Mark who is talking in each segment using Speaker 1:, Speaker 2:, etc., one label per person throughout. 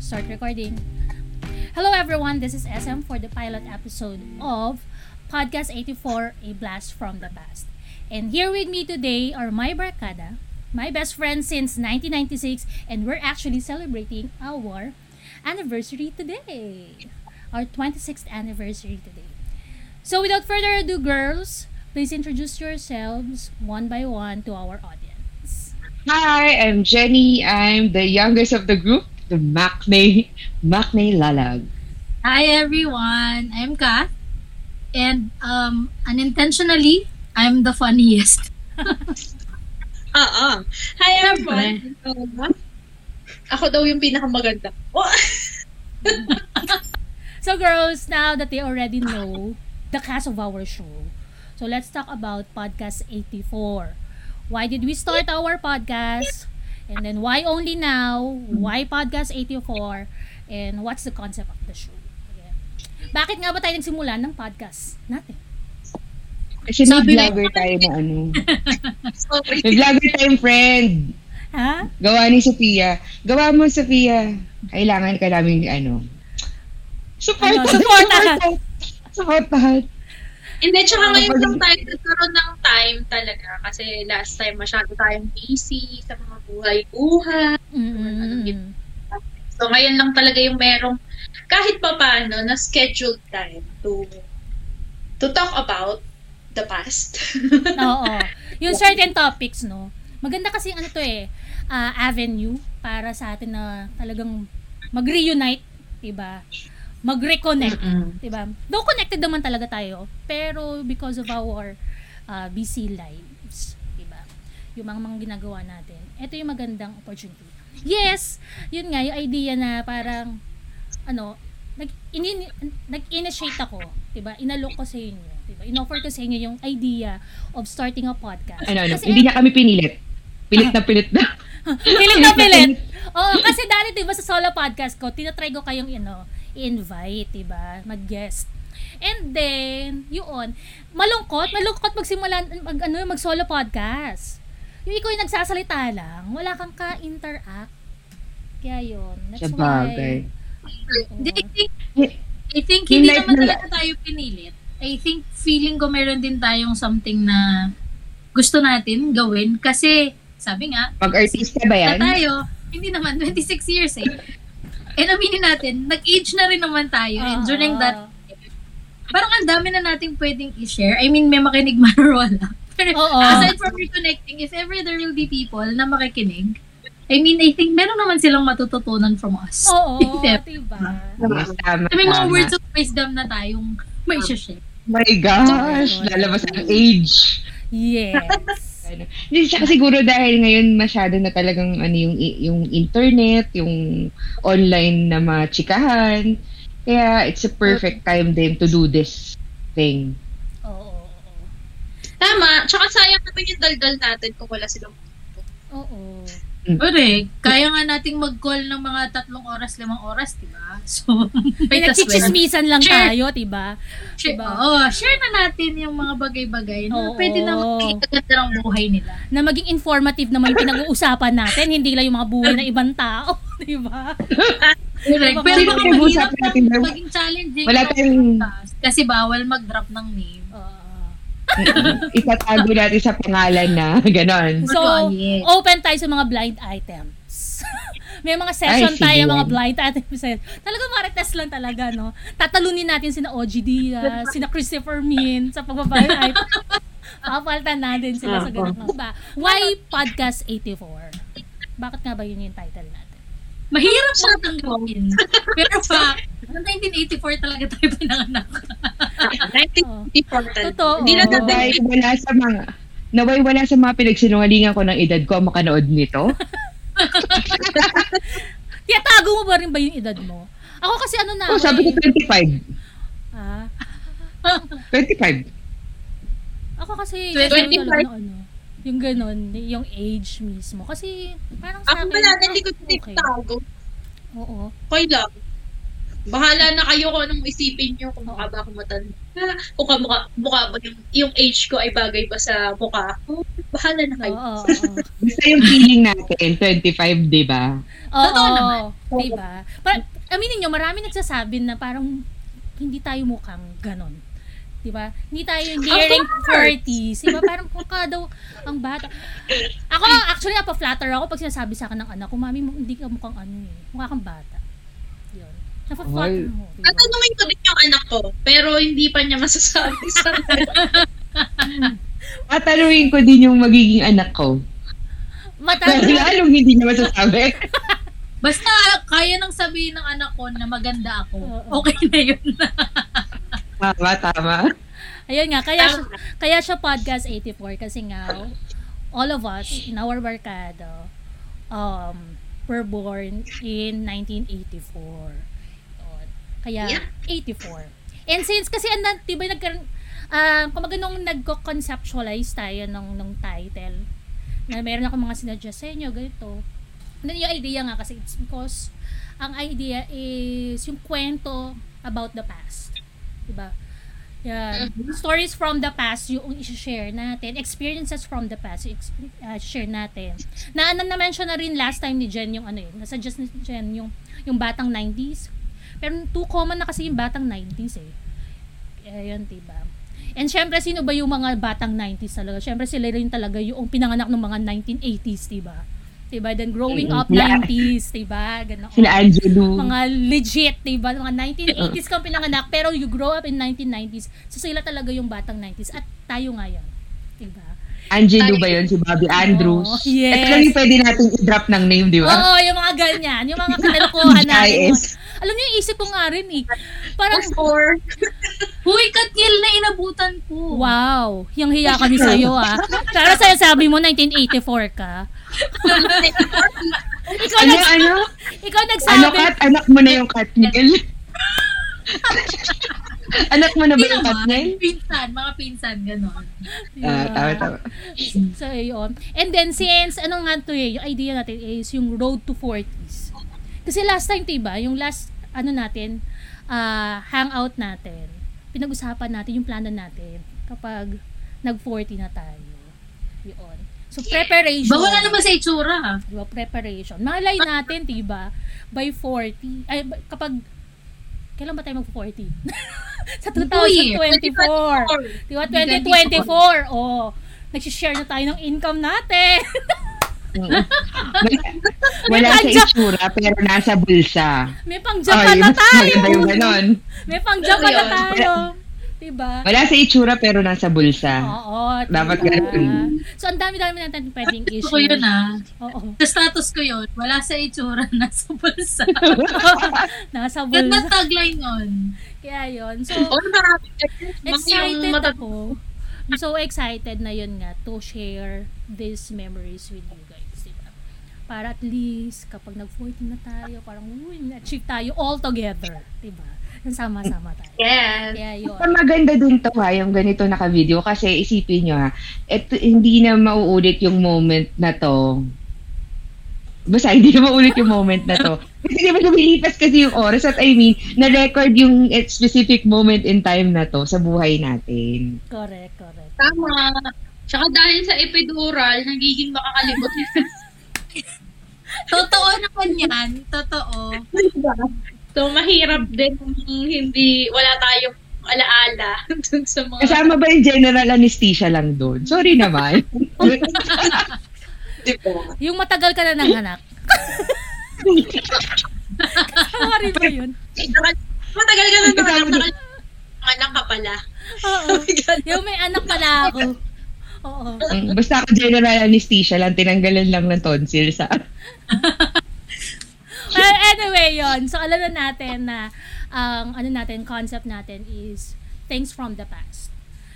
Speaker 1: Start recording. Hello everyone, this is SM for the pilot episode of Podcast 84, A Blast from the Past. And here with me today are my barkada, my best friend since 1996, and we're actually celebrating our anniversary today. Our 26th anniversary today. So without further ado, girls, please introduce yourselves one by one to our audience.
Speaker 2: Hi, I'm Jenny. I'm the youngest of the group, the Macne, Macne Lalag.
Speaker 3: Hi everyone, I'm Kat, and um, unintentionally, I'm the funniest.
Speaker 4: Oo. Hi, everyone. Ikaw ba? Ako daw yung pinakamaganda. Oh,
Speaker 1: So girls, now that they already know the cast of our show, so let's talk about podcast 84. Why did we start our podcast? And then why only now? Why podcast 84? And what's the concept of the show? Yeah. Bakit nga ba tayo nagsimula ng podcast natin?
Speaker 2: Kasi
Speaker 3: Sabi
Speaker 2: may
Speaker 3: mo-
Speaker 2: vlogger tayo na ano.
Speaker 4: sorry.
Speaker 2: May vlogger tayong friend.
Speaker 1: Ha?
Speaker 2: Gawa ni Sophia. Gawa mo, Sophia. Kailangan ka namin ano. Support.
Speaker 1: Ano, supportahan.
Speaker 2: Supportahan.
Speaker 4: Hindi, tsaka
Speaker 2: Oo,
Speaker 4: ngayon
Speaker 2: pag-
Speaker 4: lang tayo nagkaroon ng time talaga. Kasi last time masyado tayong busy sa mga buhay-buhay.
Speaker 1: Mm-mm.
Speaker 4: So ngayon lang talaga yung merong kahit pa paano na scheduled time to to talk about the past.
Speaker 1: Oo. Yung certain topics, no? Maganda kasi ano to eh, ah, avenue para sa atin na talagang mag-reunite, 'di ba? Mag-reconnect, 'di ba? Though connected naman talaga tayo, pero because of our ah, busy lives, 'di ba? Yung mga mga ginagawa natin. Ito yung magandang opportunity. Yes, yun nga yung idea na parang ano, nag ini- nag-initiate ako, 'di ba? Inalok ko sa inyo, 'di ba? Inoffer ko sa inyo yung idea of starting a podcast.
Speaker 2: Ano, ano.
Speaker 1: Kasi
Speaker 2: Hindi na kami pinilit. Pilit na pilit na.
Speaker 1: Pilit na pilit. Oo, Oh, kasi dati 'di ba sa solo podcast ko, tinatry ko kayong ano, invite, 'di ba? Mag-guest. And then, yun, malungkot, malungkot magsimula mag ano, mag solo podcast. Yung ikaw yung nagsasalita lang, wala kang ka-interact. Kaya yun, that's
Speaker 2: Sa
Speaker 1: why.
Speaker 2: bagay.
Speaker 3: Hindi, I think,
Speaker 2: Yeah.
Speaker 3: I think
Speaker 2: Yung
Speaker 3: hindi
Speaker 2: life
Speaker 3: naman
Speaker 2: na-
Speaker 3: talaga tayo pinilit. I think feeling ko meron din tayong something na gusto natin gawin kasi sabi nga,
Speaker 2: Pag-artista ba
Speaker 3: na
Speaker 2: yan?
Speaker 3: tayo, hindi naman, 26 years eh. And aminin natin, nag-age na rin naman tayo.
Speaker 1: Ah,
Speaker 3: And during
Speaker 1: Oo.
Speaker 3: that, parang ang dami na nating pwedeng i-share. I mean, may makinig man or wala. Pero
Speaker 1: Oo.
Speaker 4: Ah.
Speaker 3: aside from reconnecting, if ever there will be people na makikinig, I mean, I think meron naman silang matututunan
Speaker 4: Oh,
Speaker 3: from us.
Speaker 1: Oo,
Speaker 3: Diba?
Speaker 1: diba?
Speaker 2: Yes, tama,
Speaker 3: May
Speaker 2: tama.
Speaker 3: mga words of wisdom na tayong
Speaker 4: Ah.
Speaker 3: may share.
Speaker 2: My gosh, lalabas ang age.
Speaker 1: Yes.
Speaker 2: ano. Hindi, tsaka siguro dahil ngayon masyado na talagang ano yung yung internet, yung online na mga chikahan. Kaya it's a perfect time din to do this thing.
Speaker 1: Oo, oo, oo.
Speaker 4: Tama. Tsaka sayang naman yung daldal natin kung wala silang
Speaker 1: Oo.
Speaker 3: Correct. Kaya nga nating mag-call ng mga tatlong oras, limang oras, di ba? So,
Speaker 1: May
Speaker 3: might as well.
Speaker 1: nagchichismisan lang
Speaker 3: Sure.
Speaker 1: tayo, 'di ba?
Speaker 3: Share,
Speaker 1: Diba?
Speaker 3: oo, share na natin yung mga bagay-bagay na
Speaker 1: Oo.
Speaker 3: pwede na makikaganda ng buhay nila.
Speaker 1: na maging informative naman yung pinag-uusapan natin, hindi lang yung mga buhay ng ibang tao, diba? di ba?
Speaker 3: Correct.
Speaker 1: Baka
Speaker 3: Pero baka
Speaker 2: mag-usapan
Speaker 3: mahirap na
Speaker 2: natin na-
Speaker 3: maging challenging.
Speaker 2: Wala
Speaker 3: yung
Speaker 2: tayong-
Speaker 3: podcast Kasi bawal mag-drop ng name.
Speaker 1: Oo.
Speaker 2: Itatago natin sa pangalan na ganon.
Speaker 1: so,
Speaker 3: Oh, yes.
Speaker 1: open tayo sa mga blind items. May mga session
Speaker 2: Ay, sige
Speaker 1: tayo, mga
Speaker 2: yan.
Speaker 1: blind items. Talaga marites lang talaga, no? Tatalunin natin sina OG Diaz, ah, sina Christopher Min sa pagbablind item. Papalitan natin sila
Speaker 2: Ah,
Speaker 1: sa ganun. Ba? Why Podcast 84? Bakit nga ba yun yung title natin?
Speaker 3: Mahirap siya tanggawin. Pero fact, noong 1984 talaga tayo pinanganak.
Speaker 4: 1954 talaga.
Speaker 1: Totoo.
Speaker 4: Hindi na
Speaker 1: Oo.
Speaker 4: natin
Speaker 2: Naway wala sa mga naway wala sa mga pinagsinungalingan ko ng edad ko ang makanood nito.
Speaker 1: Tiyatago mo ba rin ba yung edad mo? Ako kasi ano na
Speaker 2: So,
Speaker 1: ako
Speaker 2: Oh, sabi ko
Speaker 1: eh.
Speaker 2: 25.
Speaker 1: Ah,
Speaker 2: 25.
Speaker 1: Ako kasi,
Speaker 3: 25.
Speaker 1: yung ano, ano, yung ganun, yung age mismo. Kasi, parang sa
Speaker 4: Ako
Speaker 1: akin,
Speaker 4: wala, hindi ko
Speaker 1: ah, okay.
Speaker 4: tinitago.
Speaker 1: Oo.
Speaker 4: Okay lang. Bahala na kayo kung anong isipin nyo kung mukha ba ako matanda. Kung kamukha, mukha ba yung, yung age ko ay bagay ba sa mukha ko. Bahala na kayo.
Speaker 1: Oo, oo.
Speaker 2: Basta yung feeling natin, 25, di ba?
Speaker 1: Oo,
Speaker 3: Totoo naman.
Speaker 1: oo. Diba? Parang, aminin nyo, marami nagsasabi na parang hindi tayo mukhang ganon. Diba? Hindi tayo nearing 40s. Diba? Parang mukha daw ang bata. Ako, actually, napa-flatter ako pag sinasabi sa akin ng anak ko, Mami, mu- hindi ka mukhang ano eh. Mukha kang bata. Yun. Napa-flatter
Speaker 2: Well,
Speaker 1: ako. Diba?
Speaker 4: Tatanungin ko din yung anak ko, pero hindi pa niya masasabi sa akin.
Speaker 2: Tatanungin ko din yung magiging anak ko. Dahil
Speaker 1: Matanda.
Speaker 2: lalong hindi niya masasabi.
Speaker 3: Basta kaya nang sabihin ng anak ko na maganda ako,
Speaker 1: Oo.
Speaker 3: okay na yun.
Speaker 2: tama, tama.
Speaker 1: Ayun nga, kaya siya, kaya siya podcast 84 kasi nga all of us in our barkada um were born in 1984. Yun. Kaya
Speaker 4: Yeah.
Speaker 1: 84. And since kasi ano, 'di ba nagkaroon ah kumaga nung nagko-conceptualize tayo ng ng title na meron ako mga sinuggest sa inyo ganito. And then yung idea nga kasi it's because ang idea is yung kwento about the past. 'Di ba? Yan. Stories from the past yung i-share natin. Experiences from the past yung exp- uh, share natin. Na ano na-mention na rin last time ni Jen yung ano yun. Nasuggest ni Jen yung, yung batang 90s. Pero too common na kasi yung batang 90s eh. Ayun, diba? And syempre, sino ba yung mga batang 90s talaga? Syempre, sila rin talaga yung pinanganak ng mga 1980s, diba? Diba? Then growing up
Speaker 2: Sila-
Speaker 1: 90s, diba? Ganun
Speaker 2: Sila Angelou.
Speaker 1: mga legit, diba? Mga 1980s kang pinanganak, pero you grow up in 1990s. So sila talaga yung batang 90s. At tayo ngayon. Diba?
Speaker 2: Angelou ba yun? Si Bobby Andrews.
Speaker 1: Oo, Oh, yes.
Speaker 2: Ito lang yung pwede nating i-drop ng name, di ba?
Speaker 1: Oo, yung mga ganyan. Yung mga kalokohan natin.
Speaker 2: GIS.
Speaker 1: Alam niyo, yung isip ko nga rin eh. Parang,
Speaker 4: Or,
Speaker 3: Huy, Katiel na inabutan ko.
Speaker 1: wow, yung hiya kami sa'yo ah. Para sa'yo sabi mo, 1984 ka. ikaw,
Speaker 2: Ano,
Speaker 1: nags-
Speaker 2: ano?
Speaker 1: ikaw
Speaker 2: Ano,
Speaker 1: nagsabi.
Speaker 2: Kat? Anak mo na yung Katniel? anak mo na ba
Speaker 3: Hindi
Speaker 2: yung
Speaker 3: naman,
Speaker 2: Katniel?
Speaker 3: pinsan, mga pinsan, gano'n.
Speaker 2: Ah, tama, tama.
Speaker 1: So, yun. And then, since, ano nga to eh, yung idea natin is yung road to 40s. Kasi last time, diba, yung last, ano natin, ah, hangout natin, pinag-usapan natin yung plano natin kapag nag-40 na tayo. Yun. So, preparation.
Speaker 3: Bawala naman sa itsura. ha?
Speaker 1: Diba, preparation. Malay natin, diba, by 40, ay, by- kapag, kailan ba tayo mag-40? Sa
Speaker 3: Uy,
Speaker 1: 2024.
Speaker 4: or,
Speaker 1: Diba? 2024. Oh, nagsishare na tayo ng income natin.
Speaker 2: Mm. Wala, wala sa itsura, pero nasa bulsa.
Speaker 1: May pang
Speaker 2: Ay,
Speaker 1: Japan na
Speaker 2: mas maganda yung
Speaker 1: tayo.
Speaker 2: ganon.
Speaker 1: May pang Japan na
Speaker 4: Yun.
Speaker 1: tayo. Diba?
Speaker 2: Wala sa itsura, pero nasa bulsa.
Speaker 1: Oo. diba?
Speaker 2: Dapat ganun.
Speaker 1: So, ang dami-dami natin pwedeng
Speaker 3: Gusto
Speaker 1: issue.
Speaker 3: ko yun ah.
Speaker 1: Oo.
Speaker 3: Sa status ko yun, wala sa itsura, nasa bulsa.
Speaker 1: Nasa
Speaker 3: Yan na Oh,
Speaker 1: bulsa.
Speaker 3: tagline yun.
Speaker 1: Kaya yun. So,
Speaker 4: or marami kayo.
Speaker 1: excited ako. I'm so excited na yun nga to share these memories with you guys. Diba? Para at least kapag nag-40 na tayo, parang uy, na-achieve tayo all together. Diba? Sama-sama tayo.
Speaker 4: Yes.
Speaker 1: Kaya yun.
Speaker 2: Ang maganda dun to ha, yung ganito naka-video. Kasi isipin nyo ha, eto, hindi na mauulit yung moment na to. Basta hindi na maulit yung moment na to. Kasi di ba lumilipas kasi yung oras at I mean, na-record yung eh, specific moment in time na to sa buhay natin.
Speaker 1: Correct, correct.
Speaker 4: Tama. Tsaka dahil sa epidural, nagiging makakalimot
Speaker 3: Totoo naman yan. Totoo.
Speaker 4: So, mahirap din kung hindi, wala tayong alaala dun sa mga...
Speaker 2: Kasama ba yung general anesthesia lang doon? Sorry naman.
Speaker 4: Diba?
Speaker 1: Yung matagal ka na nanganak. Tawa rin ba yun?
Speaker 4: Matagal ka na
Speaker 2: Kasama
Speaker 4: nakal-
Speaker 2: din.
Speaker 4: nakal- anak ka pala.
Speaker 1: Oo. Yung may anak pala ako. Oo.
Speaker 2: Mm, Basta ako general anesthesia lang, tinanggalan lang ng tonsil sa...
Speaker 1: Well, anyway, yon. So, alam na natin na ang ano natin, concept natin is things from the past.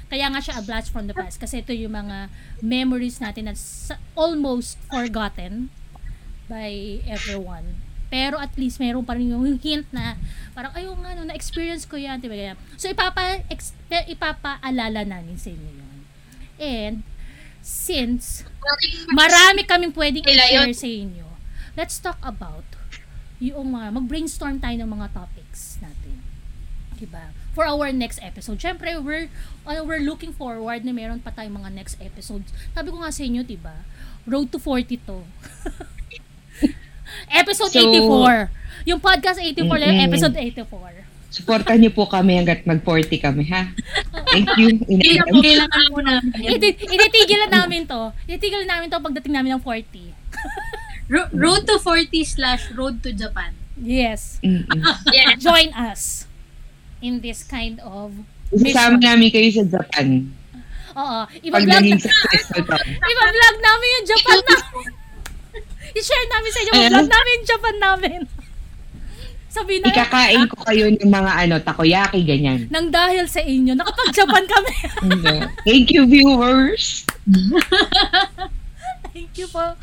Speaker 1: Kaya nga siya a blast from the past kasi ito yung mga memories natin na s- almost forgotten by everyone. Pero at least meron pa rin yung hint na parang ayun nga no, na-experience ko yan. Diba ganyan? So ipapa, ex- eh, ipapaalala namin sa inyo yun. And since marami kaming pwedeng
Speaker 4: Sila
Speaker 1: i-share sa inyo, let's talk about yung mga, mag-brainstorm tayo ng mga topics natin. Diba? For our next episode. Siyempre, we're, uh, we're looking forward na meron pa tayong mga next episodes. Sabi ko nga sa inyo, diba? Road to 40 to. episode
Speaker 2: So,
Speaker 1: 84. Yung podcast 84 lang,
Speaker 2: Mm-mm.
Speaker 1: episode 84.
Speaker 2: Supportan niyo po kami hanggat mag-40 kami, ha? Thank you.
Speaker 3: Kailangan
Speaker 2: Ina-
Speaker 3: po, kailangan po namin yan.
Speaker 1: Iti- ititigilan namin to. Ititigilan namin to pagdating namin ng 40.
Speaker 3: Ro- Road to 40 slash Road to Japan.
Speaker 1: Yes.
Speaker 2: Mm-mm.
Speaker 4: Yeah.
Speaker 1: Join us in this kind of...
Speaker 2: Isasama namin kayo sa Japan.
Speaker 1: Oo.
Speaker 2: Pag
Speaker 1: Iba-vlog
Speaker 2: naging
Speaker 1: na-
Speaker 2: successful pa.
Speaker 1: Iba-vlog namin yung Japan namin. I-share namin sa inyo. Vlog namin yung Japan namin. Sabihin na
Speaker 2: Ikakain ko kayo ng mga ano, takoyaki, ganyan.
Speaker 1: nang dahil sa inyo, nakapag-Japan kami.
Speaker 2: Mm. Thank you, viewers.
Speaker 1: Thank you po.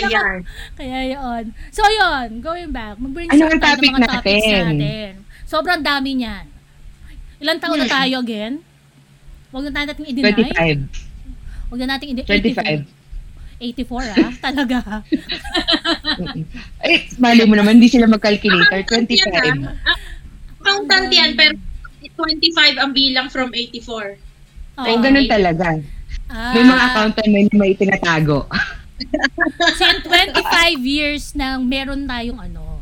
Speaker 4: Ayan.
Speaker 1: Kaya yun. So yun, going back, mag-bring
Speaker 2: Ano
Speaker 1: sa tayo
Speaker 2: ang
Speaker 1: ng
Speaker 2: topic
Speaker 1: mga topics
Speaker 2: natin?
Speaker 1: natin. Sobrang dami niyan. Ilan taon
Speaker 2: Hmm.
Speaker 1: na tayo again? Huwag na tayo natin i-deny.
Speaker 2: 25.
Speaker 1: Huwag na natin i-deny.
Speaker 2: 25.
Speaker 1: 84 ah, talaga.
Speaker 2: Mm-mm. Eh, mali mo naman, hindi sila mag-calculator.
Speaker 3: Ah,
Speaker 2: 25.
Speaker 4: Accountant yan, pero 25 ang bilang from 84.
Speaker 2: Oo, ganun talaga.
Speaker 1: Ah,
Speaker 2: May mga accountant na hindi may tinatago.
Speaker 3: Ano?
Speaker 1: So, in 25 years na meron tayong ano,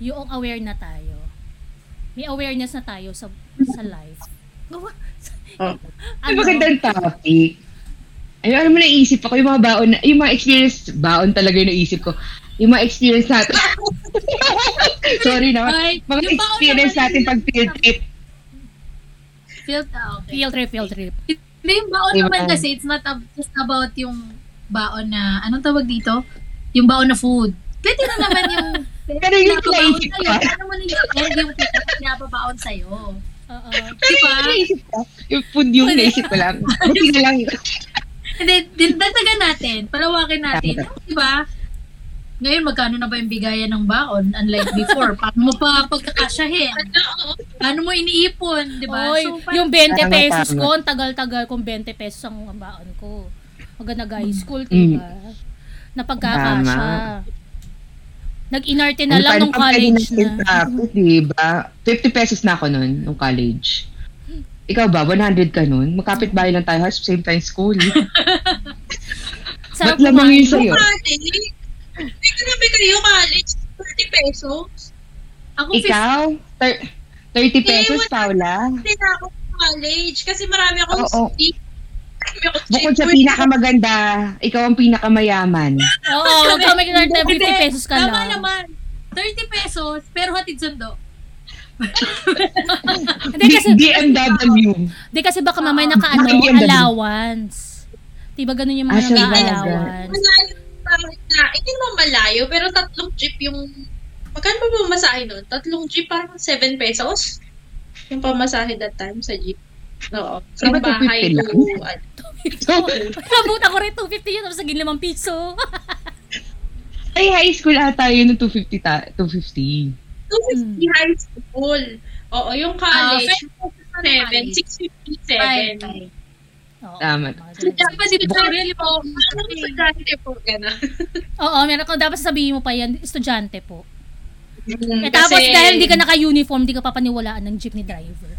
Speaker 1: yung aware na tayo. May awareness na tayo sa sa life. Gawa.
Speaker 2: Oh. Ano?
Speaker 1: Ano?
Speaker 2: Magandang topic. Ay, alam mo, naisip ako yung mga baon, na- yung mga experience, baon talaga yung naisip ko. Yung mga experience natin. Sorry
Speaker 3: Ay,
Speaker 2: naman. Mga
Speaker 3: yung baon
Speaker 2: experience
Speaker 3: naman
Speaker 2: natin
Speaker 3: yung-
Speaker 2: pag field trip.
Speaker 3: Field, ah, okay.
Speaker 1: Field trip, field trip.
Speaker 3: Hindi, yung baon
Speaker 2: Diba?
Speaker 3: naman kasi, it's not ab- just about yung baon na, anong tawag dito? Yung baon na food. Pwede na naman yung
Speaker 2: Pero yung
Speaker 3: pinapabaon
Speaker 2: naisip
Speaker 3: sa'yo.
Speaker 2: ko.
Speaker 3: Ano mo na yung, yung pinapabaon sa'yo.
Speaker 1: Oo.
Speaker 2: Pero
Speaker 3: Diba?
Speaker 2: yung naisip ko. Yung food yung
Speaker 1: Pwede.
Speaker 2: naisip ko lang. Buti na lang.
Speaker 3: And then, din- dagdagan natin, palawakin natin.
Speaker 2: Tama.
Speaker 3: Di ba? Ngayon, magkano na ba yung bigayan ng baon? Unlike before, paano mo pa pagkakasyahin?
Speaker 4: Ano, oo.
Speaker 3: Paano mo iniipon? Di ba?
Speaker 1: Oy,
Speaker 3: pa-
Speaker 1: Diba? yung 20
Speaker 2: Tama,
Speaker 1: pesos
Speaker 2: tama.
Speaker 1: ko, ang tagal-tagal kong 20 pesos ang baon ko. Pag nag-high school, diba? Napagkakasya.
Speaker 2: Mm. Tama. Ano
Speaker 1: Nag-inarte na lang nung college na.
Speaker 2: Diba? 50 pesos na ako nun, nung college. Ikaw ba? 100 ka nun? Magkapit bahay lang tayo, has same time school.
Speaker 1: Sarap
Speaker 2: Ba't lamang
Speaker 1: kumain.
Speaker 2: yun sa'yo?
Speaker 4: College? May grabe kayo, college. 30 pesos.
Speaker 3: Ako,
Speaker 2: Ikaw? Thir- 30 pesos,
Speaker 4: wala.
Speaker 2: Paula?
Speaker 4: Hindi na ako college kasi marami akong
Speaker 2: Oo.
Speaker 4: sleep. Marami akong
Speaker 2: Bukod sa
Speaker 4: sleep.
Speaker 2: pinakamaganda, ikaw ang pinakamayaman.
Speaker 1: Oo, huwag ka mag-inarte na 50
Speaker 3: Hindi,
Speaker 1: pesos ka
Speaker 3: Tama
Speaker 1: lang.
Speaker 3: naman. 30 pesos, pero hatid sundo.
Speaker 1: Hindi
Speaker 2: B-
Speaker 1: kasi,
Speaker 2: BMW.
Speaker 1: Hindi kasi baka mamaya naka-ano,
Speaker 2: Bakit yung ganun?
Speaker 1: allowance. Diba ganun yung
Speaker 2: Ah,
Speaker 1: mga
Speaker 2: siya ba?
Speaker 1: naka-allowance?
Speaker 4: Malayo pa na. Hindi mo malayo, pero tatlong jeep yung... Magkano ba pamasahe nun? Tatlong jeep, parang 7 pesos. Yung pamasahe that time sa jeep. Oo. From
Speaker 2: Diba 250
Speaker 4: bahay to...
Speaker 2: lang?
Speaker 4: ano.
Speaker 2: So,
Speaker 1: Nabuta ko rin 250 yun, tapos naging 5 piso.
Speaker 2: ay, high school ata yun ng 250. Ta- 250.
Speaker 4: 250 high school. Oo, yung college,
Speaker 3: Seven.
Speaker 4: 7, 657.
Speaker 3: Five.
Speaker 1: Oo,
Speaker 2: Tama.
Speaker 1: mga ganun.
Speaker 3: Diba, di ba, really,
Speaker 4: Oo, parang estudyante ano po, gano'n.
Speaker 1: Oo, meron kang dapat sabihin mo pa yan, estudyante po. Eh,
Speaker 4: Mm, Kasi-
Speaker 1: tapos dahil hindi ka naka-uniform, hindi ka papaniwalaan ng jeepney driver.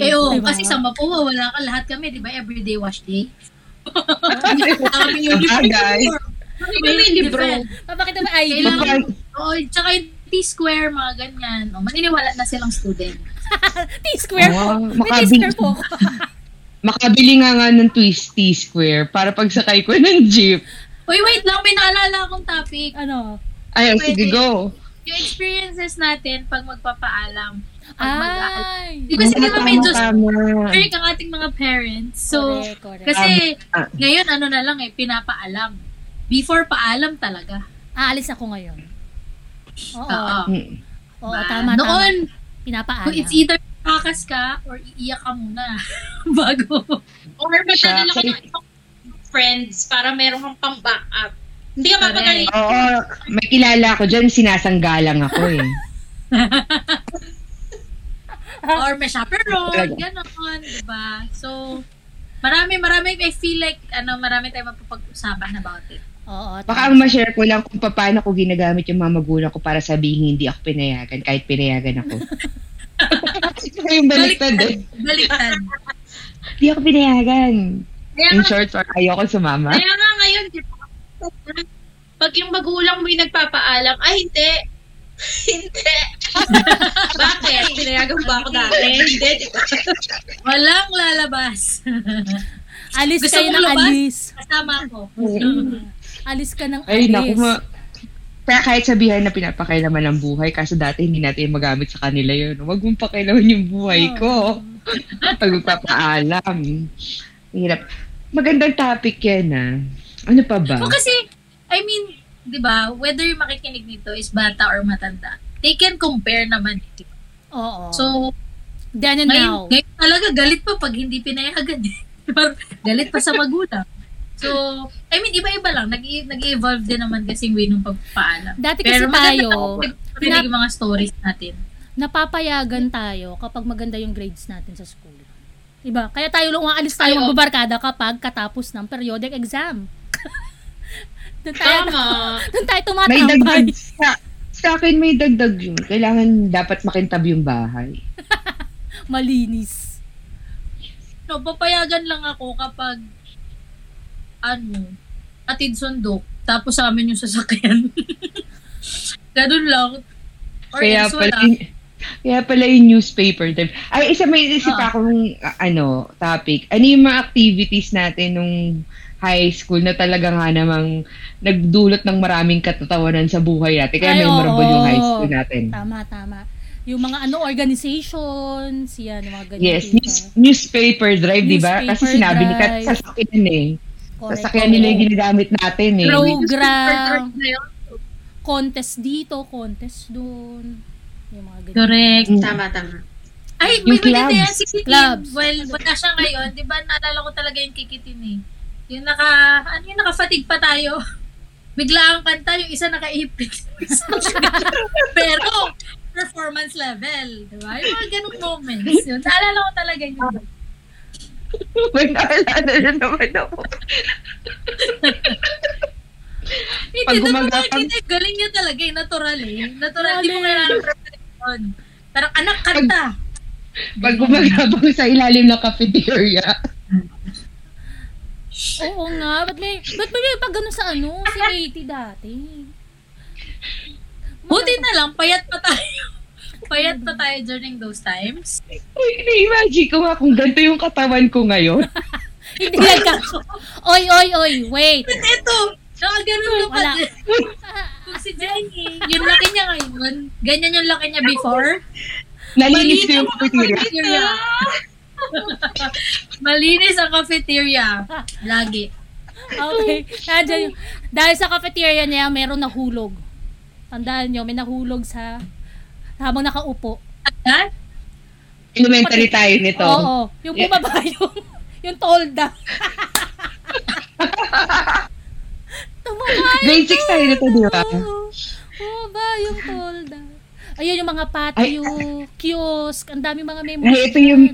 Speaker 3: eh, oo,
Speaker 1: Diba?
Speaker 3: kasi sa Mapua, wala ka lahat kami, di ba? Everyday wash day.
Speaker 2: Ah, Sabagay.
Speaker 4: Hindi ko may libro.
Speaker 1: Papakita mo ID.
Speaker 3: Kailangan-
Speaker 2: Kapag-
Speaker 3: Oo, tsaka yung T-square, mga ganyan. O, maniniwala na silang student.
Speaker 1: T-square po.
Speaker 2: Ah,
Speaker 1: May
Speaker 2: makabi-
Speaker 1: T-square po ako.
Speaker 2: Makabili nga nga ng twisty square para pagsakay ko ng jeep.
Speaker 3: Uy, wait lang, may naalala akong topic.
Speaker 1: Ano?
Speaker 2: Ay,
Speaker 3: Pwede.
Speaker 2: sige, go.
Speaker 3: Yung experiences natin pag magpapaalam. Pag
Speaker 1: Ah.
Speaker 3: mag-aalam.
Speaker 1: Ay!
Speaker 3: Di ba, sige ba, medyo
Speaker 2: Tama, tama.
Speaker 3: strict ang ating mga parents. So,
Speaker 1: Correct, correct.
Speaker 3: kasi
Speaker 2: Ah,
Speaker 3: ngayon ano na lang eh, pinapaalam. Before paalam talaga.
Speaker 1: Aalis ako ngayon. Oo.
Speaker 3: Oo.
Speaker 2: mm.
Speaker 1: Oo,
Speaker 3: Ba?
Speaker 1: tama, tama.
Speaker 3: Ah, Noon,
Speaker 1: Pinapaalam.
Speaker 3: it's either kakas ka or iiyak ka muna bago.
Speaker 4: Or magdadala ka
Speaker 2: Siya-
Speaker 4: ng friends para meron kang pang backup. Hindi ka
Speaker 3: Correct.
Speaker 4: mapagaling.
Speaker 2: Oo, may kilala ko dyan, sinasanggalang ako eh.
Speaker 3: or may chaperone,
Speaker 2: Talaga.
Speaker 3: gano'n, di ba? So, marami, marami, I feel like, ano, marami tayong mapapag-usapan about it.
Speaker 1: Oo.
Speaker 2: Baka ang ma-share ko lang kung paano ko ginagamit yung mga magulang ko para sabihin hindi ako pinayagan kahit pinayagan ako. yung baliktad eh.
Speaker 3: Baliktad.
Speaker 2: Hindi ako pinayagan.
Speaker 4: Kaya
Speaker 2: In
Speaker 4: nga,
Speaker 2: short, or ayoko sumama.
Speaker 4: kaya nga ngayon, di ba? Pag yung magulang mo yung nagpapaalam, ay hindi. hindi. Bakit? Pinayagan ba ako dati? hindi, di ba?
Speaker 3: Walang lalabas.
Speaker 1: alis
Speaker 3: Gusto
Speaker 1: kayo
Speaker 3: mong
Speaker 1: ng
Speaker 3: lumabas?
Speaker 1: alis.
Speaker 3: Kasama ko.
Speaker 1: Alis ka ng
Speaker 2: Ay,
Speaker 1: alis.
Speaker 2: naku nga. Kaya kahit sabihan na pinapakailaman ng buhay, kaso dati hindi natin magamit sa kanila yun. Huwag mong pakailaman yung buhay ko. Pag magpapaalam. Hirap. Magandang topic yan, ah. Ano pa ba?
Speaker 3: O kasi, I mean, di ba, whether yung makikinig nito is bata or matanda, they can compare naman. eh, di ba?
Speaker 1: Oo. So,
Speaker 3: So,
Speaker 1: then and now.
Speaker 3: ngayon, ngayon talaga galit pa pag hindi pinayagan. eh. Parang galit pa sa magulang. So, I mean, iba-iba lang. Nag- Nag-evolve din naman kasing way ng pagpaalam.
Speaker 1: Dati kasi
Speaker 3: maganda
Speaker 1: tayo,
Speaker 3: kapag pinag- yung mga stories natin.
Speaker 1: napapayagan tayo kapag maganda yung grades natin sa school. Diba? Kaya tayo lang umaalis tayo
Speaker 4: Ay, oo.
Speaker 1: magbabarkada kapag katapos ng periodic exam. Doon tayo,
Speaker 4: Tama.
Speaker 1: doon tayo
Speaker 2: May
Speaker 1: tumatambay.
Speaker 2: dagdag sa, sa akin may dagdag yun. Kailangan dapat makintab yung bahay.
Speaker 1: Malinis.
Speaker 3: No, papayagan lang ako kapag ano, atid sundo, tapos sa amin yung sasakyan. Ganun lang. Or
Speaker 2: kaya
Speaker 3: else
Speaker 2: pala,
Speaker 3: wala.
Speaker 2: yung- kaya pala yung newspaper type. Ay, isa may isip
Speaker 3: Oo.
Speaker 2: akong ah, ano, topic. Ano yung mga activities natin nung high school na talaga nga namang nagdulot ng maraming katatawanan sa buhay natin. Kaya
Speaker 1: Ay,
Speaker 2: memorable
Speaker 1: oo.
Speaker 2: yung high school natin.
Speaker 1: Tama, tama. Yung mga ano, organizations, yan, yung mga ganyan.
Speaker 2: Yes,
Speaker 1: dito.
Speaker 2: news- newspaper drive, di ba?
Speaker 1: Newspaper
Speaker 2: Kasi sinabi ni Kat,
Speaker 1: drive.
Speaker 2: sasakyan eh.
Speaker 1: Correct.
Speaker 2: Sasakyan nila yung ginagamit natin eh.
Speaker 1: Program,
Speaker 4: Perfect na yun.
Speaker 1: contest dito, contest doon. Yung mga ganyan.
Speaker 3: Correct.
Speaker 4: Mm. Tama, tama.
Speaker 3: Ay,
Speaker 2: Yung
Speaker 3: may maganda yan
Speaker 2: clubs.
Speaker 3: si Kikitin.
Speaker 1: Clubs.
Speaker 3: Well, wala siya ngayon. Di ba, naalala ko talaga yung Kikitin eh. Yung naka, ano yung nakafatig pa tayo. Bigla ang kanta, yung isa nakaipit. Pero, performance level. Di ba? Yung mga ganung moments. Yun, naalala ko talaga yun.
Speaker 2: Ah, May naalala na naman ako. Pag
Speaker 3: Hindi, doon mo
Speaker 2: gumagapang-
Speaker 3: makikita yung galing niya talaga eh. Natural eh. Natural, hindi mo
Speaker 1: Galing.
Speaker 3: kailangan preparation. Pero anak, kanta.
Speaker 2: Pag gumagabang sa ilalim ng cafeteria.
Speaker 1: Oo nga, ba't may, ba't may pag ganun sa ano, si Katie dati?
Speaker 3: Buti na lang, payat pa tayo. payat pa tayo during those times.
Speaker 2: Uy, na-imagine ko nga kung ganito yung katawan ko ngayon.
Speaker 1: Hindi like ka. Oy, oy, oy, wait.
Speaker 3: But ito, nakagano'n lang
Speaker 1: Wala.
Speaker 3: pa din. Kung si Jenny, yung laki niya ngayon, ganyan yung laki niya before.
Speaker 2: Nalinis ko yung cafeteria.
Speaker 3: Cafeteria. Malinis ang cafeteria. Lagi.
Speaker 1: Okay. Nandiyan yung, dahil sa cafeteria niya, meron nahulog. Tandaan nyo, may nahulog sa habang nakaupo.
Speaker 3: Ha?
Speaker 2: Elementary tayo nito.
Speaker 1: Oo, yung bumaba yung, yung tolda. Tumama
Speaker 2: Grade 6 tayo nito, di ba?
Speaker 1: Oo ba, yung tolda. Ayun, yung mga patio, kiosk, ang dami mga memories.
Speaker 2: Ay, ito yung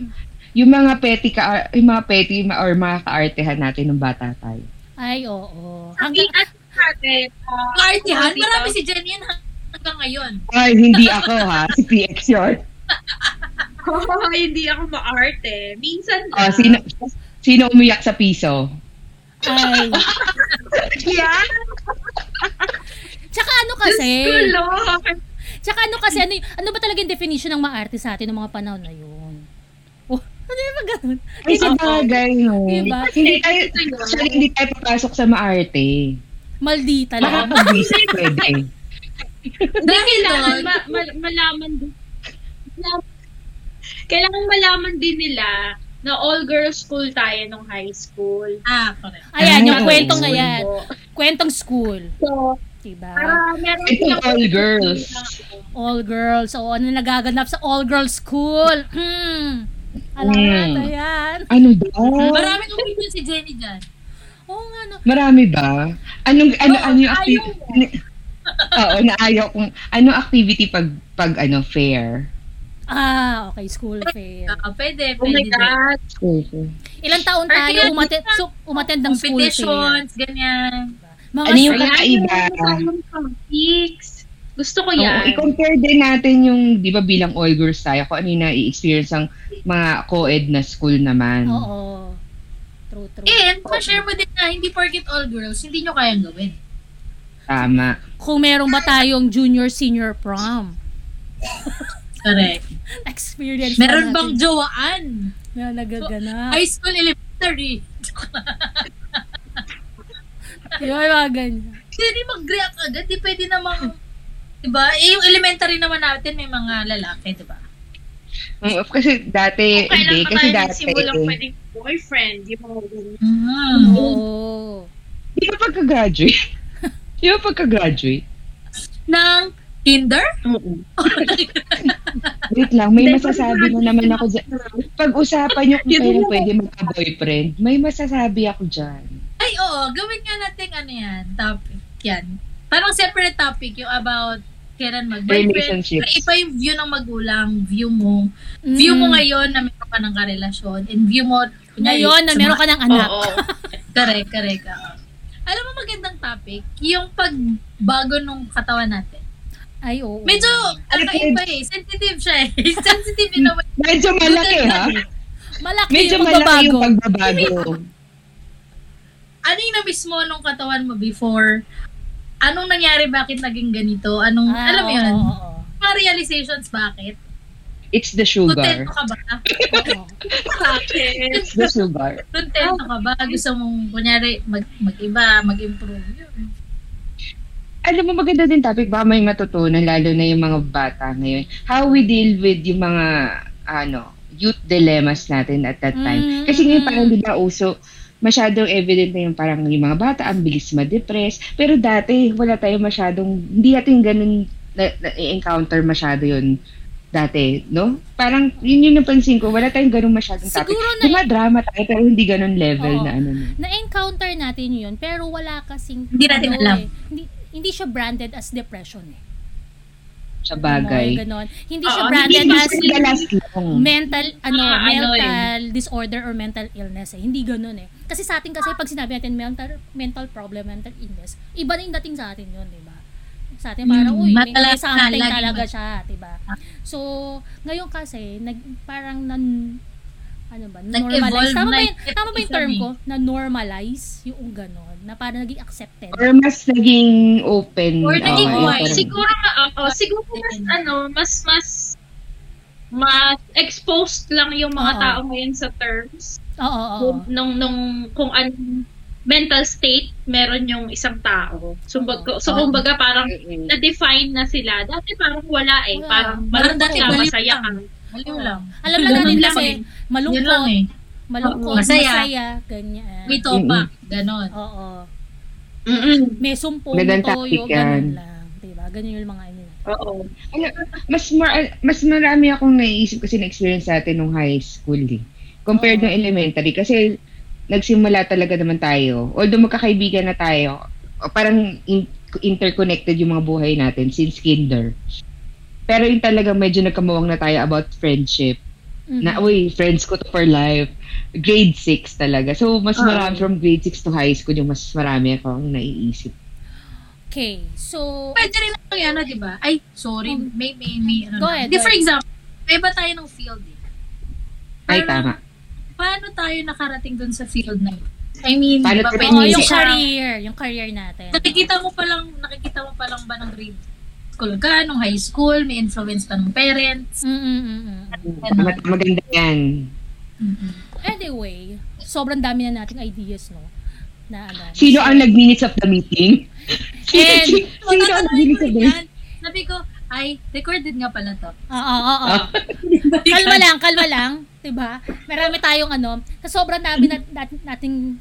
Speaker 2: yung mga petty ka yung mga petty ma- or mga kaartehan natin nung bata tayo.
Speaker 1: Ay, oo.
Speaker 4: Hanggang
Speaker 1: Hanggang,
Speaker 4: ano natin? ah,
Speaker 3: Kaartihan,
Speaker 4: dito?
Speaker 3: marami si Jenny yan hanggang ngayon.
Speaker 2: Ay, hindi ako ha. Si PX yun.
Speaker 4: Oo, Oh, hindi ako maarte. Minsan
Speaker 2: Oh, sino, sino umiyak sa piso?
Speaker 1: ay.
Speaker 4: Yeah.
Speaker 1: Tsaka ano kasi,
Speaker 4: Lord.
Speaker 1: tsaka ano kasi, ano, y- ano ba talaga yung definition ng maarte sa atin ng mga panahon na yun? Oh, ano yung mga ganun?
Speaker 2: Ay, sa bagay, no.
Speaker 1: Diba?
Speaker 2: Hindi tayo, actually, hindi tayo papasok sa maarte.
Speaker 1: Maldita lang.
Speaker 2: Makakabwisit pwede.
Speaker 4: Hindi, kailangan
Speaker 3: doon-
Speaker 4: ma- ma- malaman din. Kailangan- Kailangan malaman din nila na all-girls school tayo nung high school.
Speaker 3: Ah, correct.
Speaker 1: Ayan, yung
Speaker 2: Ah,
Speaker 1: kwentong
Speaker 2: school
Speaker 1: ayan.
Speaker 4: Po.
Speaker 1: Kwentong school.
Speaker 4: So,
Speaker 1: Diba?
Speaker 4: ah, meron
Speaker 2: Ito,
Speaker 4: silang-
Speaker 2: all girls.
Speaker 1: All girls. O, ano nagaganap sa all girls school? Hmm. Alam
Speaker 2: Mm.
Speaker 1: nga, ayan.
Speaker 2: Ano daw?
Speaker 3: Maraming opinion si Jenny dyan.
Speaker 1: Oo nga, no.
Speaker 2: Marami ba? Anong ano
Speaker 3: Oo,
Speaker 2: ano yung acti-
Speaker 3: ayaw mo.
Speaker 2: ni- Oo, naayaw kung anong activity pag pag ano fair.
Speaker 1: Ah, okay, school fair.
Speaker 3: Ah, pwede,
Speaker 4: Oh my
Speaker 3: pwede. din.
Speaker 4: God.
Speaker 2: Oo.
Speaker 1: Ilang taon
Speaker 3: Or
Speaker 1: tayo
Speaker 3: kaya
Speaker 1: umaten so, umattend ng school fair?
Speaker 3: Competitions, ganyan.
Speaker 1: Mga
Speaker 2: Ano yung
Speaker 1: sa-
Speaker 2: kakaiba?
Speaker 4: Topics. Gusto ko
Speaker 2: Oo,
Speaker 4: yan.
Speaker 2: i-compare din natin yung, di ba bilang all girls tayo, kung ano yung na-experience ang mga co-ed na school naman.
Speaker 1: Oo. True, true.
Speaker 3: And, ma-share mo din na hindi porket all girls, hindi nyo kayang gawin.
Speaker 2: Tama.
Speaker 1: Kung meron ba tayong junior senior prom?
Speaker 3: Correct.
Speaker 1: Experience ba
Speaker 3: Meron
Speaker 1: natin
Speaker 3: bang jowaan?
Speaker 1: na nagaganap.
Speaker 3: High school elementary.
Speaker 1: Yung mga ganyan.
Speaker 3: Hindi mag-react agad, di pwede namang, di ba? Eh, yung elementary naman natin, may mga lalaki, di ba?
Speaker 2: Mm, of- Kasi dati,
Speaker 4: Kung kailan
Speaker 2: hindi.
Speaker 4: pa
Speaker 2: Kasi dati,
Speaker 4: tayo
Speaker 2: eh,
Speaker 4: nagsimulang pwedeng boyfriend, yung mga ganun.
Speaker 3: Mm.
Speaker 1: Oo.
Speaker 2: di ba pagka-graduate? di ba pagka-graduate?
Speaker 3: Ng Tinder?
Speaker 2: Wait lang, may
Speaker 4: Hindi,
Speaker 2: masasabi na
Speaker 4: pagka-graduate
Speaker 2: naman ako dyan. Pag-usapan niyo kung
Speaker 4: Yun
Speaker 2: kailan
Speaker 4: lang.
Speaker 2: pwede magka-boyfriend, may masasabi ako dyan.
Speaker 3: Ay, oo. Gawin nga natin ano yan, topic yan. Parang separate topic yung about kailan mag-boyfriend.
Speaker 2: Relationships.
Speaker 3: Pero Iba yung view ng magulang, view mo. View
Speaker 1: Mm.
Speaker 3: mo ngayon na meron ka ng karelasyon and view mo
Speaker 1: Ngayon na
Speaker 3: sa
Speaker 1: meron
Speaker 3: mga-
Speaker 1: ka ng anak.
Speaker 4: Oo.
Speaker 3: Correct, correct. oo. Alam mo magandang topic, yung pagbago nung katawan natin.
Speaker 1: Ay, oo.
Speaker 3: Medyo, ano
Speaker 2: Ano
Speaker 3: iba eh, sensitive siya eh. sensitive in a way.
Speaker 2: Medyo malaki, ha?
Speaker 1: malaki
Speaker 2: Medyo
Speaker 1: yung
Speaker 2: malaki
Speaker 1: pagbabago.
Speaker 2: yung pagbabago.
Speaker 3: Ano yung na-miss mo nung katawan mo before? Anong nangyari? Bakit naging ganito? Anong,
Speaker 1: Ah,
Speaker 3: alam mo yun?
Speaker 1: oo, oo,
Speaker 3: Mga realizations, bakit?
Speaker 2: It's the sugar.
Speaker 3: Contento ka ba?
Speaker 1: oo.
Speaker 4: Bakit?
Speaker 2: It's the sugar.
Speaker 3: Contento ka ba?
Speaker 1: Ah.
Speaker 3: Gusto mong, kunyari, mag, mag-iba, mag-improve. Yun.
Speaker 2: Alam mo, maganda din topic. Baka may matutunan, lalo na yung mga bata ngayon. How we deal with yung mga, ano, youth dilemmas natin at that
Speaker 1: Mm,
Speaker 2: time. Kasi ngayon
Speaker 1: mm,
Speaker 2: parang di ba uso, masyadong evident na yung parang yung mga bata, ang bilis ma-depress. Pero dati, wala tayong masyadong, hindi natin ganun na, encounter masyado yun dati, no? Parang, yun yung napansin ko, wala tayong ganun masyadong topic.
Speaker 1: Siguro na-
Speaker 2: Di ba drama tayo, pero hindi ganun level
Speaker 1: Oo.
Speaker 2: na ano na.
Speaker 1: Na-encounter natin yun, pero wala kasing...
Speaker 3: Hindi natin
Speaker 1: ano
Speaker 3: alam.
Speaker 1: eh, hindi, hindi siya branded as depression eh.
Speaker 2: Sa
Speaker 1: Mga
Speaker 2: bagay.
Speaker 1: ganon. Hindi siya
Speaker 4: Oo,
Speaker 1: branded
Speaker 4: hindi
Speaker 1: as
Speaker 2: Hindi last
Speaker 3: Mm.
Speaker 2: long.
Speaker 1: mental ano
Speaker 4: Ah, ano eh.
Speaker 1: mental disorder or mental illness eh. Hindi ganoon eh. Kasi sa atin kasi pag sinabi natin mental mental problem, mental illness, iba na yung dating sa atin yun, 'di ba? Sa atin parang
Speaker 3: Mm,
Speaker 1: uy, may,
Speaker 3: matala-
Speaker 1: may something
Speaker 3: lagi
Speaker 1: talaga
Speaker 3: ba?"
Speaker 1: siya, 'di ba? So, ngayon kasi nag parang nan ano ba, normalize.
Speaker 3: Nag-evolve
Speaker 1: Tama ba,
Speaker 3: na
Speaker 1: yung,
Speaker 3: yung
Speaker 1: tama ba yung term
Speaker 3: definition
Speaker 1: ko? Na normalize yung gano'n. Na parang naging accepted.
Speaker 2: Or mas naging open.
Speaker 3: Or naging
Speaker 2: Oo, yun,
Speaker 3: wise.
Speaker 2: Ah, parang-
Speaker 4: Siguro ka, oo, siguro mas, ano, mas, mas, mas exposed lang yung mga
Speaker 1: Oo.
Speaker 4: tao ngayon sa terms
Speaker 1: Oo, oo, oo.
Speaker 4: nung, nung, kung anong mental state meron yung isang tao. So, baga, so
Speaker 3: Oo.
Speaker 4: kumbaga parang
Speaker 2: Mm-mm.
Speaker 4: na-define na sila. Dati parang wala eh.
Speaker 1: Wala.
Speaker 4: Parang
Speaker 1: Parang
Speaker 4: malungkot
Speaker 1: dati
Speaker 4: ka,
Speaker 3: galit
Speaker 4: masaya ka.
Speaker 3: lang. Maliw lang.
Speaker 1: Alam na
Speaker 3: Ganun
Speaker 1: natin
Speaker 3: lang
Speaker 1: kasi
Speaker 3: eh. Yun lang
Speaker 1: malungkot,
Speaker 3: eh.
Speaker 1: malungkot,
Speaker 3: Oo.
Speaker 1: masaya,
Speaker 3: Masaya.
Speaker 1: ganyan.
Speaker 3: May topa. Ganon.
Speaker 1: Oo.
Speaker 4: Mm-mm.
Speaker 1: may sumpong,
Speaker 2: Magandang
Speaker 1: toyo,
Speaker 2: topic yan.
Speaker 1: ganun lang. Diba? Ganun yung mga ano. nila.
Speaker 4: Oo.
Speaker 2: Ano, mas more, mas marami akong naiisip kasi na-experience natin nung high school eh. Compared
Speaker 1: Oo.
Speaker 2: nung elementary. Kasi nagsimula talaga naman tayo. Although magkakaibigan na tayo, o parang in- interconnected yung mga buhay natin since kinder. Pero yung talaga medyo nagkamuwang na tayo about friendship.
Speaker 1: Mm.
Speaker 3: Mm-hmm.
Speaker 2: Na, uy, friends ko to for life. Grade 6 talaga. So, mas
Speaker 3: Ah.
Speaker 4: Oo.
Speaker 2: marami from grade 6 to high school yung mas marami akong naiisip.
Speaker 1: Okay, so,
Speaker 3: Pwede rin lang yan, ah, di ba? Ay, sorry. May, may, may, ano
Speaker 1: Mm. Go
Speaker 3: na.
Speaker 1: ahead,
Speaker 3: Di,
Speaker 1: go
Speaker 3: for
Speaker 1: ahead.
Speaker 3: example, may iba tayo ng field eh.
Speaker 2: Ay,
Speaker 3: Parang-
Speaker 2: tama.
Speaker 3: Paano tayo nakarating dun sa field na yun? I mean,
Speaker 2: Paano
Speaker 3: di ba
Speaker 2: tayo-
Speaker 1: oo,
Speaker 3: pwede
Speaker 1: oh, yung
Speaker 3: siya-
Speaker 1: career, yung career natin.
Speaker 3: Nakikita mo pa lang, nakikita mo pa lang ba ng grade school ka, nung high school, may influence pa ng parents.
Speaker 1: Mm, mm, mm, mm.
Speaker 2: Tama, maganda yan.
Speaker 1: Anyway, sobrang dami na nating ideas, no? Na ano.
Speaker 2: Sino ang nag-minutes of the meeting? Sino,
Speaker 1: And-
Speaker 2: sino ang nag-minutes of the meeting?
Speaker 3: Sabi ko, ay, recorded nga pala to.
Speaker 1: Oo, oo, oo. Kalma lang, kalma lang. Diba? Marami tayong ano, sa sobrang dami nat- nat- nating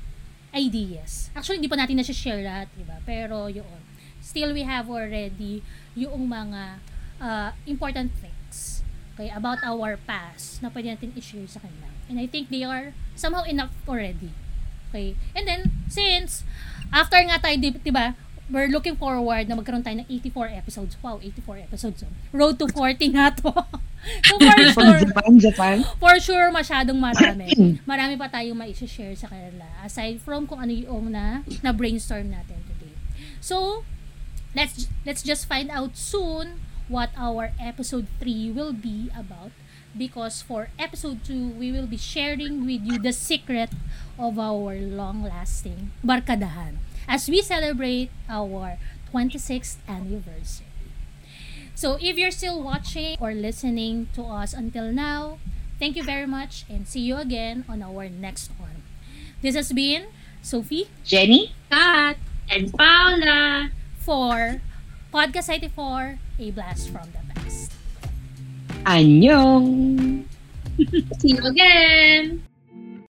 Speaker 1: ideas. Actually, hindi pa natin na-share lahat, diba? Pero yun. Still, we have already yung mga uh, important things okay, about our past na pwede natin i-share sa kanila. And I think they are somehow enough already. Okay? And then, since, after nga tayo, di, di ba, we're looking forward na magkaroon tayo ng 84 episodes. Wow, 84 episodes. oh. Road to 40 nga to. so, for
Speaker 2: From
Speaker 1: sure,
Speaker 2: Japan, Japan?
Speaker 1: for sure, masyadong marami. Marami pa tayong ma-share sa kanila. Aside from kung ano yung na, na-brainstorm natin today. So, let's let's just find out soon what our episode 3 will be about because for episode 2 we will be sharing with you the secret of our long-lasting barkadahan as we celebrate our 26th anniversary. So if you're still watching or listening to us until now, thank you very much and see you again on our next one. This has been Sophie
Speaker 2: Jenny?
Speaker 3: Kat and Paula.
Speaker 1: for Podcast 94, A Blast from the Past.
Speaker 2: Anyong!
Speaker 3: See you again.